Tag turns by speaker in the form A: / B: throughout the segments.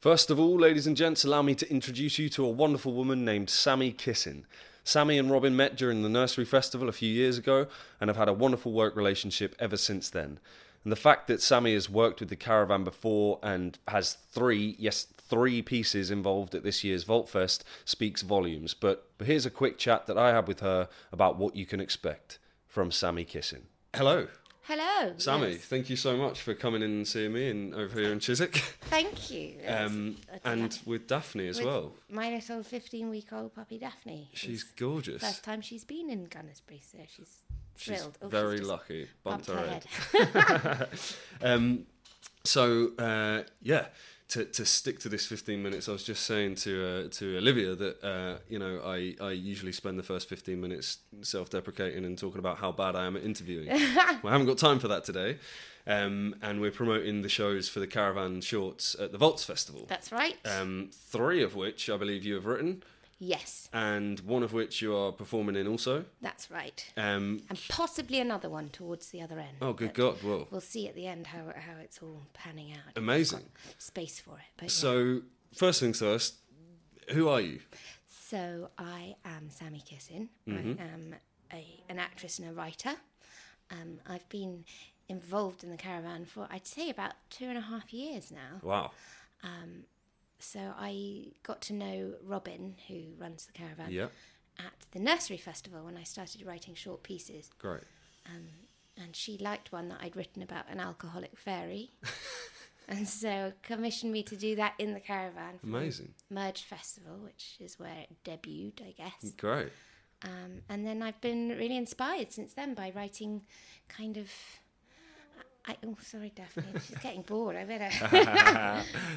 A: First of all, ladies and gents, allow me to introduce you to a wonderful woman named Sammy Kissin. Sammy and Robin met during the nursery festival a few years ago and have had a wonderful work relationship ever since then. And the fact that Sammy has worked with the caravan before and has three, yes, three pieces involved at this year's Voltfest speaks volumes. But here's a quick chat that I had with her about what you can expect from Sammy Kissin. Hello.
B: Hello.
A: Sammy,
B: yes.
A: thank you so much for coming in and seeing me in, over here in Chiswick.
B: Thank you. Yes.
A: Um,
B: I'd
A: and
B: like-
A: with Daphne as
B: with
A: well.
B: My little 15 week old puppy Daphne.
A: She's
B: It's the
A: gorgeous.
B: First time she's been in Gunnersbury, so she's
A: She's
B: thrilled. Oh, she's
A: very
B: just
A: lucky.
B: bumped
A: Bumped her head.
B: head.
A: Um, so uh, yeah, to, to stick to this 15 minutes, I was just saying to uh, to Olivia that uh, you know I, I usually spend the first 15 minutes self-deprecating and talking about how bad I am at interviewing. well, I haven't got time for that today. Um, and we're promoting the shows for the Caravan Shorts at the Volts Festival.
B: That's right.
A: Um, three of which I believe you have written,
B: yes,
A: and one of which you are performing in also.
B: that's right.
A: Um,
B: And possibly another one towards the other end.
A: oh, good
B: but
A: God! Well,
B: We'll see at the end how, how it's all panning
A: Um,
B: out.
A: amazing.
B: Space for it. But yeah.
A: So, first things first, who are you?
B: So I am Sammy Kissin. I am a, an actress and a writer. Um, I've been involved in the caravan for I'd say about two and a half years now.
A: Wow.
B: So I got to know Robin, who runs the caravan,
A: Yeah,
B: at the nursery festival when I started writing short pieces.
A: great.
B: And she liked one that I'd written about an alcoholic fairy. and so commissioned me to do that in the caravan for
A: Amazing.
B: Merge Festival, which is where it debuted, I guess.
A: Great.
B: Um, and then I've been really inspired since then by writing kind of. I, oh, sorry, Daphne. She's getting bored. I better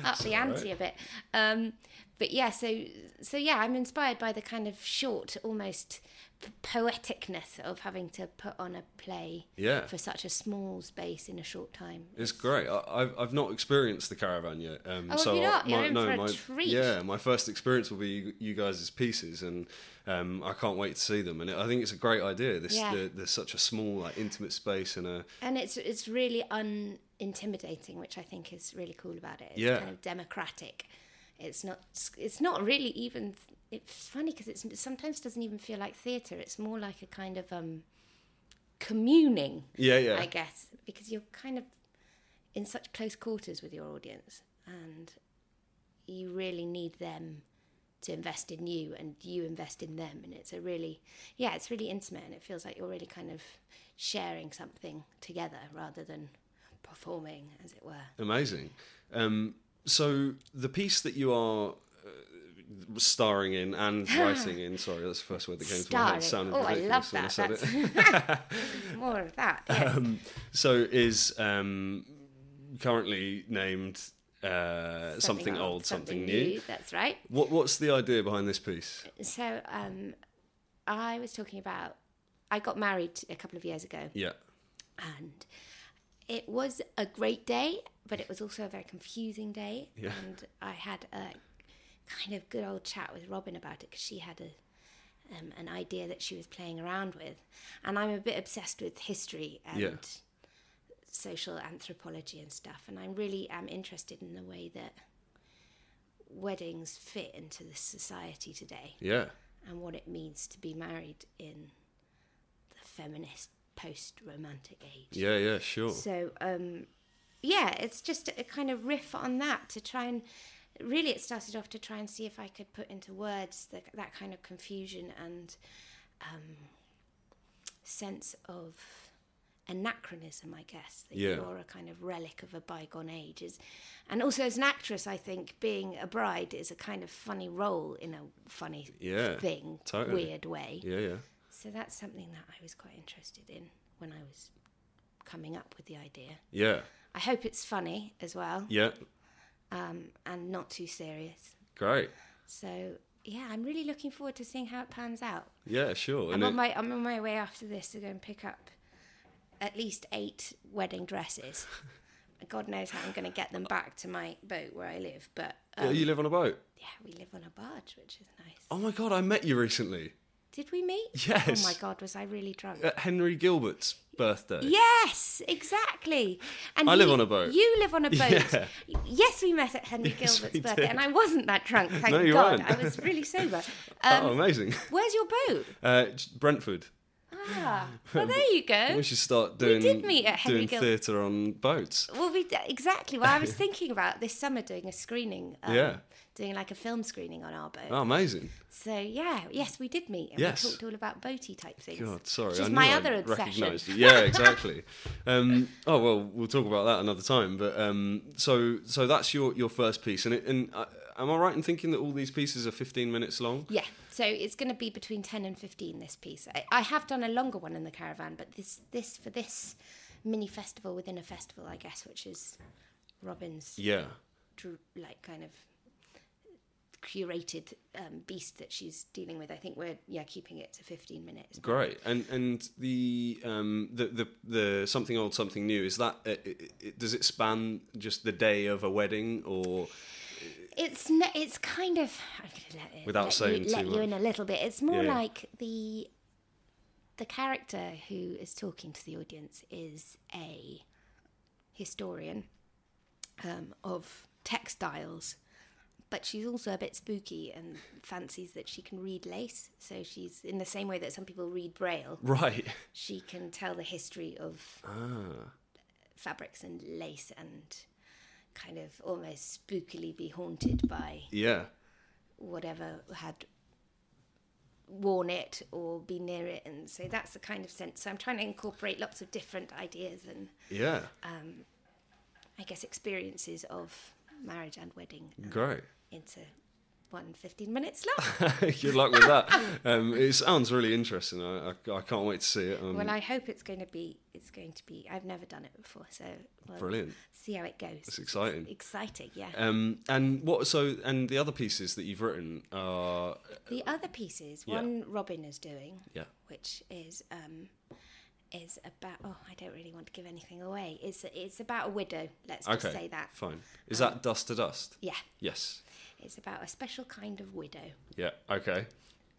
B: up the ante a bit. Um, but yeah, so so yeah, I'm inspired by the kind of short, almost p- poeticness of having to put on a play
A: Yeah.
B: for such a small space in a short time.
A: It's great. I, I've, I've not experienced the caravan yet. Um,
B: Oh, have
A: so
B: you not?
A: I-
B: You're in for a
A: my,
B: treat.
A: Yeah, my first experience will be you, you guys' pieces, and um, I can't wait to see them. And I think it's a great idea. This
B: Yeah.
A: the, there's such a small, like, intimate space, and a
B: And it's it's really unintimidating, which I think is really cool about it. It's
A: Yeah.
B: kind of democratic. It's not it's not really even it's funny because it's it sometimes doesn't even feel like theater. It's more like a kind of um communing,
A: yeah, yeah,
B: I guess, because you're kind of in such close quarters with your audience and you really need them to invest in you and you invest in them and it's a really yeah it's really intimate and it feels like you're really kind of sharing something together rather than performing as it were
A: amazing. Um, so the piece that you are. Uh, starring in and writing in. Sorry, that's the first word that came to my head. It
B: Starring.
A: sounded
B: oh i
A: ridiculous
B: love
A: when I
B: that
A: said it.
B: That's more of that yes.
A: So is um, currently named uh, something, old, something, new.
B: that's right
A: What what's the idea behind this piece?
B: so um i was talking about i got married a couple of years ago
A: Yeah,
B: and it was a great day, but it was also a very confusing day.
A: Yeah.
B: And I had a kind of good old chat with Robin about it because she had a um, an idea that she was playing around with, and I'm a bit obsessed with history and
A: Yeah.
B: social anthropology and stuff, and I really am interested in the way that weddings fit into this society today
A: yeah,
B: and what it means to be married in the feminist post romantic age.
A: yeah, yeah. Sure.
B: So, um, yeah, it's just a kind of riff on that to try and really it started off to try and see if I could put into words the, that kind of confusion and um, sense of anachronism, I guess. That
A: Yeah.
B: You're a kind of relic of a bygone age. Is, and also, as an actress, I think being a bride is a kind of funny role in a funny
A: Yeah,
B: thing,
A: totally.
B: weird way.
A: Yeah, yeah.
B: So that's something that I was quite interested in when I was coming up with the idea.
A: Yeah,
B: I hope it's funny as well
A: yeah.
B: and not too serious.
A: Great.
B: So yeah, I'm really looking forward to seeing how it pans out.
A: Yeah, sure.
B: I'm
A: And
B: on
A: it,
B: my I'm on my way after this to go and pick up at least eight wedding dresses. God knows how I'm going to get them back to my boat where I live, but um,
A: yeah, you live on a boat.
B: yeah, we live on a barge, which is nice.
A: Oh my god, I met you recently.
B: Did we meet?
A: Yes.
B: Oh my God, was I really drunk?
A: At Henry Gilbert's birthday.
B: Yes, exactly. And
A: I live
B: you-
A: on a boat.
B: You live on a boat.
A: Yeah.
B: Yes, we met at Henry
A: Yes,
B: Gilbert's
A: we
B: birthday,
A: did.
B: and I wasn't that drunk. Thank
A: No, you
B: God,
A: weren't.
B: I was really sober.
A: oh,
B: Um,
A: amazing.
B: Where's your boat?
A: Uh, j- Brentford.
B: Ah, well, there you
A: We
B: go.
A: should start doing
B: did meet at Henry
A: doing
B: Gil-
A: theatre on boats.
B: Well, we exactly. Well, I was thinking about this summer doing a screening. Um,
A: Yeah.
B: Doing like a film screening on our boat.
A: Oh, amazing.
B: So yeah, yes, we did meet. And
A: Yes.
B: We talked all about boaty type things.
A: God, sorry.
B: Which
A: I
B: is
A: knew
B: my
A: I
B: other obsession.
A: recognised it. Yeah, exactly. um, oh well, we'll talk about that another time. But um, so so that's your, your first piece, and it, and uh, am I right in thinking that all these pieces are fifteen minutes long?
B: Yeah, so it's going to be between ten and fifteen. This piece, I, I have done a longer one in the caravan, but this this for this mini festival within a festival, I guess, which is Robin's
A: Yeah.
B: dr- like kind of curated um, beast that she's dealing with. I think we're yeah keeping it to fifteen minutes.
A: Great. And and the um the the, the something old something new is that uh, it, it, does it span just the day of a wedding or
B: It's ne- it's kind of I'm gonna let it,
A: Without
B: let
A: saying
B: you, let
A: too
B: you in a little bit. It's more
A: Yeah.
B: like the the character who is talking to the audience is a historian um, of textiles, but she's also a bit spooky and fancies that she can read lace. So she's in the same way that some people read braille.
A: right?
B: She can tell the history of
A: Ah.
B: fabrics and lace and kind of almost spookily be haunted by
A: Yeah.
B: whatever had worn it or been near it and so that's the kind of sense so i'm trying to incorporate lots of different ideas and
A: Yeah.
B: i guess experiences of marriage and wedding
A: Great.
B: into one 15 minutes long
A: Good luck with that. Um, it sounds really interesting. I, I, I can't wait to see it. Um,
B: well i hope it's going to be it's going to be i've never done it before so we'll
A: Brilliant.
B: see how it goes it's
A: exciting.
B: exciting yeah
A: Um, and what? So, and the other pieces that you've written are
B: the other pieces
A: yeah.
B: one robin is doing
A: yeah,
B: which is um is about oh I don't really want to give anything away. It's it's about a widow. Let's just
A: okay,
B: say that.
A: fine. Is that dust to dust?
B: Yeah,
A: Yes.
B: it's about a special kind of widow,
A: Yeah. Okay.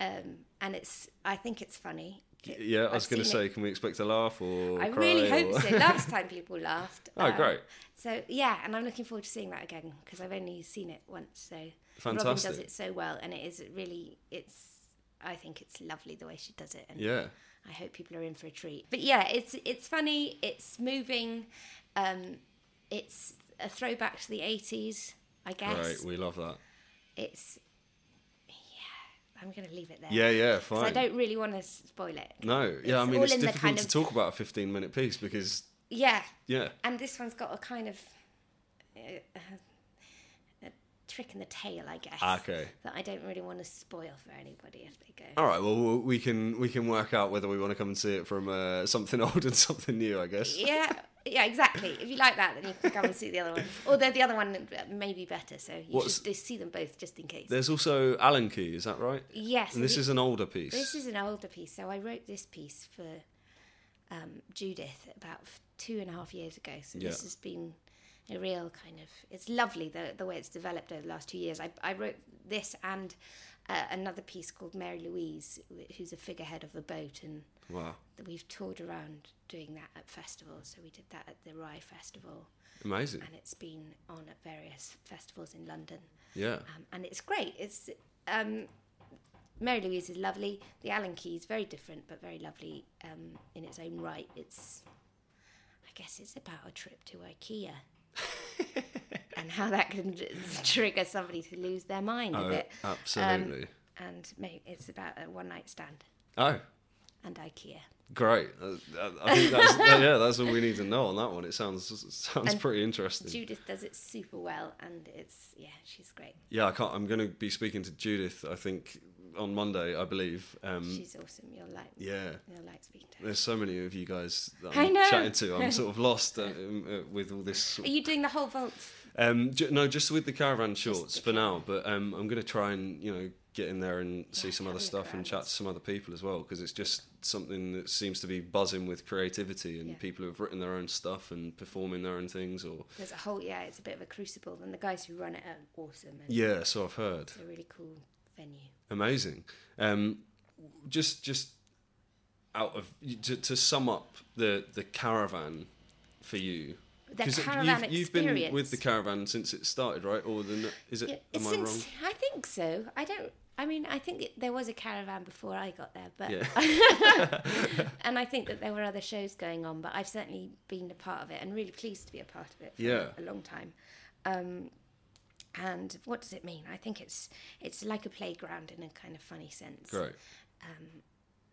B: um, and it's I think it's funny.
A: Y- Yeah, I was
B: I've
A: going to
B: seen
A: say,
B: it.
A: can we expect a laugh or?
B: I
A: cry
B: really
A: or-
B: hope so. Last time people laughed. um,
A: Oh, great.
B: So yeah, and I'm looking forward to seeing that again because I've only seen it once. So Robin does
A: Fantastic.
B: it so well, and it is really it's. I think it's lovely the way she does it, and
A: yeah.
B: I hope people are in for a treat. But yeah, it's it's funny, it's moving, um, it's a throwback to the eighties, I guess.
A: Great. We love that.
B: It's yeah, I'm gonna leave it there.
A: Yeah. Yeah.
B: 'Cause I
A: Fine.
B: don't really want to spoil it.
A: no. Yeah. I mean,
B: all
A: it's
B: in the
A: difficult
B: kind
A: to
B: of-
A: talk about a fifteen-minute piece because
B: Yeah,
A: yeah.
B: and this one's got a kind of uh, uh, a trick in the tail, I guess.
A: Ah, Okay.
B: That I don't really want to spoil for anybody if they go.
A: All right. Well, we'll- we can we can work out whether we want to come and see it from uh, something old and something new. I guess.
B: Yeah, yeah, exactly. If you like that, then you can come and see the other one. Although the other one uh, may be better, so you
A: What's-
B: should just see them both just in case.
A: There's also Alan Key. Is that right?
B: yes,
A: And this
B: we-
A: is an older piece.
B: this is an older piece. So I wrote this piece for um, Judith about f- two and a half years ago. So this
A: Yeah.
B: has been a real kind of. It's lovely the the way it's developed over the last two years. I I wrote this and uh, another piece called Mary Louise, wh- who's a figurehead of the boat and.
A: wow.
B: We've toured around doing that at festivals. So we did that at the Rye Festival
A: Amazing.
B: and it's been on at various festivals in London,
A: Yeah.
B: um, and it's great. It's um, Mary Louise is lovely. The Allen Key is very different, but very lovely um, in its own right. It's, I guess, it's about a trip to IKEA. and how that can trigger somebody to lose their mind a
A: Oh,
B: bit.
A: absolutely.
B: And maybe it's about a one night stand
A: oh,
B: and IKEA.
A: great. Uh, uh, I think that's, uh, yeah, that's all we need to know on that one. It sounds sounds pretty interesting.
B: Judith does it super well, and it's, yeah, she's great.
A: yeah, I can't. I'm going to be speaking to Judith. I think on Monday, I believe. Um,
B: She's awesome. You'll like,
A: yeah.
B: you'll like speaking to her.
A: There's so many of you guys that
B: I
A: I'm
B: know.
A: chatting to. I'm sort of lost uh, um, uh, with all this. Sort
B: Are you doing the whole vault?
A: Um, ju- no, just with the caravan shorts
B: the
A: for now. But um, I'm going to try and you know get in there and see some
B: have
A: other
B: a look
A: stuff and
B: around.
A: chat to some other people as well because it's just something that seems to be buzzing with creativity and
B: Yeah.
A: people who have written their own stuff and performing their own things. Or
B: There's a whole yeah, it's a bit of a crucible, and the guys who run it are awesome, and
A: yeah, so I've heard.
B: it's a really cool venue.
A: Amazing. Um, just just out of to, to sum up the the caravan for you
B: The
A: 'Cause
B: caravan
A: you've, you've been with
B: experience.
A: the caravan since it started right or the is it
B: Yeah,
A: am i wrong
B: since- I think so. I don't. I mean, I think it, there was a caravan before I got there, but and I think that there were other shows going on, but I've certainly been a part of it and really pleased to be a part of it for
A: Yeah.
B: a long time. Um, and what does it mean? I think it's it's like a playground in a kind of funny sense,
A: great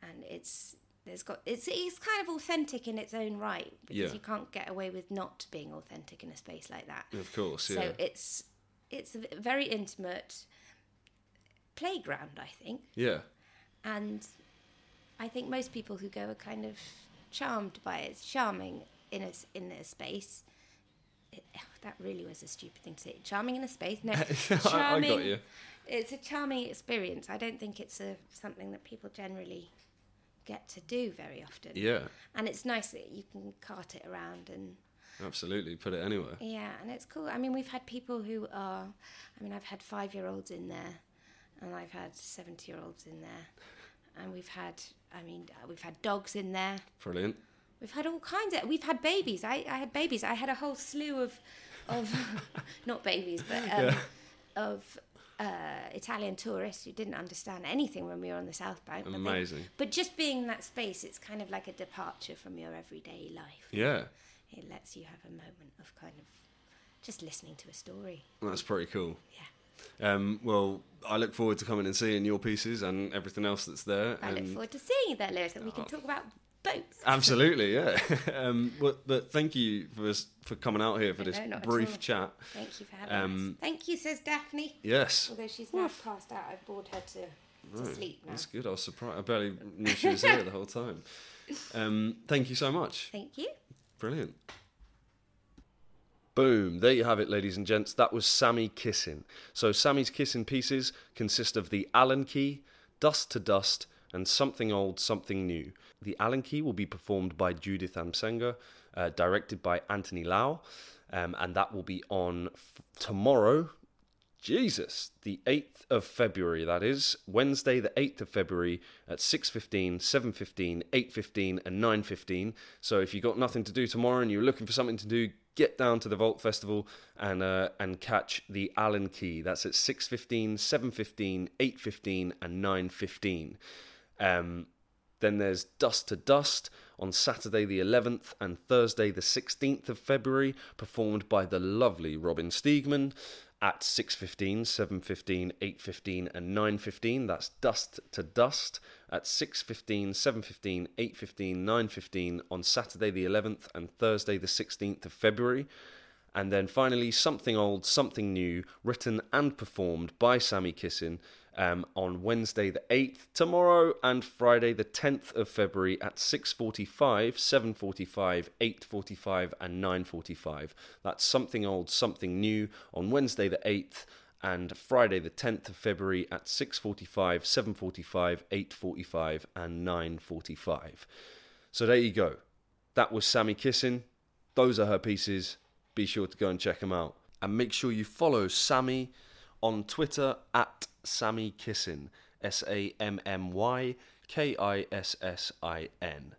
B: and it's there's got it's it's kind of authentic in its own right because
A: Yeah.
B: you can't get away with not being authentic in a space like that.
A: of course yeah
B: So it's it's a v- very intimate playground, I think,
A: yeah
B: and I think most people who go are kind of charmed by it. It's charming in a s- in a space. It, that really was a stupid thing to say. Charming in a space. No,
A: I, I
B: charming.
A: got you
B: It's a charming experience. I don't think it's a something that people generally get to do very often.
A: yeah
B: And it's nice that you can cart it around and
A: absolutely put it anywhere
B: yeah, and it's cool. I mean, we've had people who are, I mean, I've had five year olds in there, and I've had 70 year olds in there, and we've had, I mean, uh, we've had dogs in there.
A: brilliant
B: We've had all kinds of, we've had babies. I, I had babies. I had a whole slew of, of not babies, but um, of uh, Italian tourists who didn't understand anything when we were on the South Bank. but they-
A: Amazing.
B: But just being in that space, it's kind of like a departure from your everyday life
A: yeah
B: it lets you have a moment of kind of just listening to a story.
A: that's pretty cool
B: Yeah,
A: um, well i look forward to coming and seeing your pieces and everything else that's there
B: I
A: and
B: look
A: Oh. Ah.
B: forward to seeing you there, Lewis, and we can talk about boats.
A: Absolutely, yeah. um, but, but thank you for for coming out here for
B: No,
A: this
B: not at all.
A: brief chat.
B: Thank you for having
A: Um,
B: us. Thank you, says Daphne.
A: Yes,
B: Although she's now passed out, I've bored her to, to sleep now.
A: that's good. I was surprised. I barely knew she was here the whole time. Um, thank you so much.
B: Thank you.
A: Brilliant. Boom, there you have it, ladies and gents. That was Sammy Kissing. So, Sammy's Kissing pieces consist of the Allen Key, Dust to Dust, and Something Old, Something New. The Allen Key will be performed by Judith Amsenga, uh, directed by Anthony Lau, um, and that will be on f- tomorrow, Jesus, the 8th of February, that is, Wednesday the 8th of February at 6.15, 7.15, 8.15 and 9.15. So if you've got nothing to do tomorrow and you're looking for something to do, get down to the Vault Festival and uh, and catch the Allen Key. That's at 6.15, 7.15, 8.15 and 9.15. Um, then there's Dust to Dust on Saturday the 11th and Thursday the 16th of February, performed by the lovely Robin Stiegman at 6.15, 7.15, 8.15 and 9.15. That's Dust to Dust at 6.15, 7.15, 8.15, 9.15 on Saturday the 11th and Thursday the 16th of February. And then finally, Something Old, Something New, written and performed by Sammy Kissin um, on Wednesday the 8th, tomorrow, and Friday the 10th of February at 6.45, 7.45, 8.45 and 9.45. That's Something Old, Something New on Wednesday the 8th and Friday the 10th of February at 6.45, 7.45, 8.45 and 9.45. So there you go. That was Sammy Kissin. Those are her pieces. Be sure to go and check them out. And make sure you follow Sammy on Twitter at Sammy Kissin. S A M M Y K I S S I N.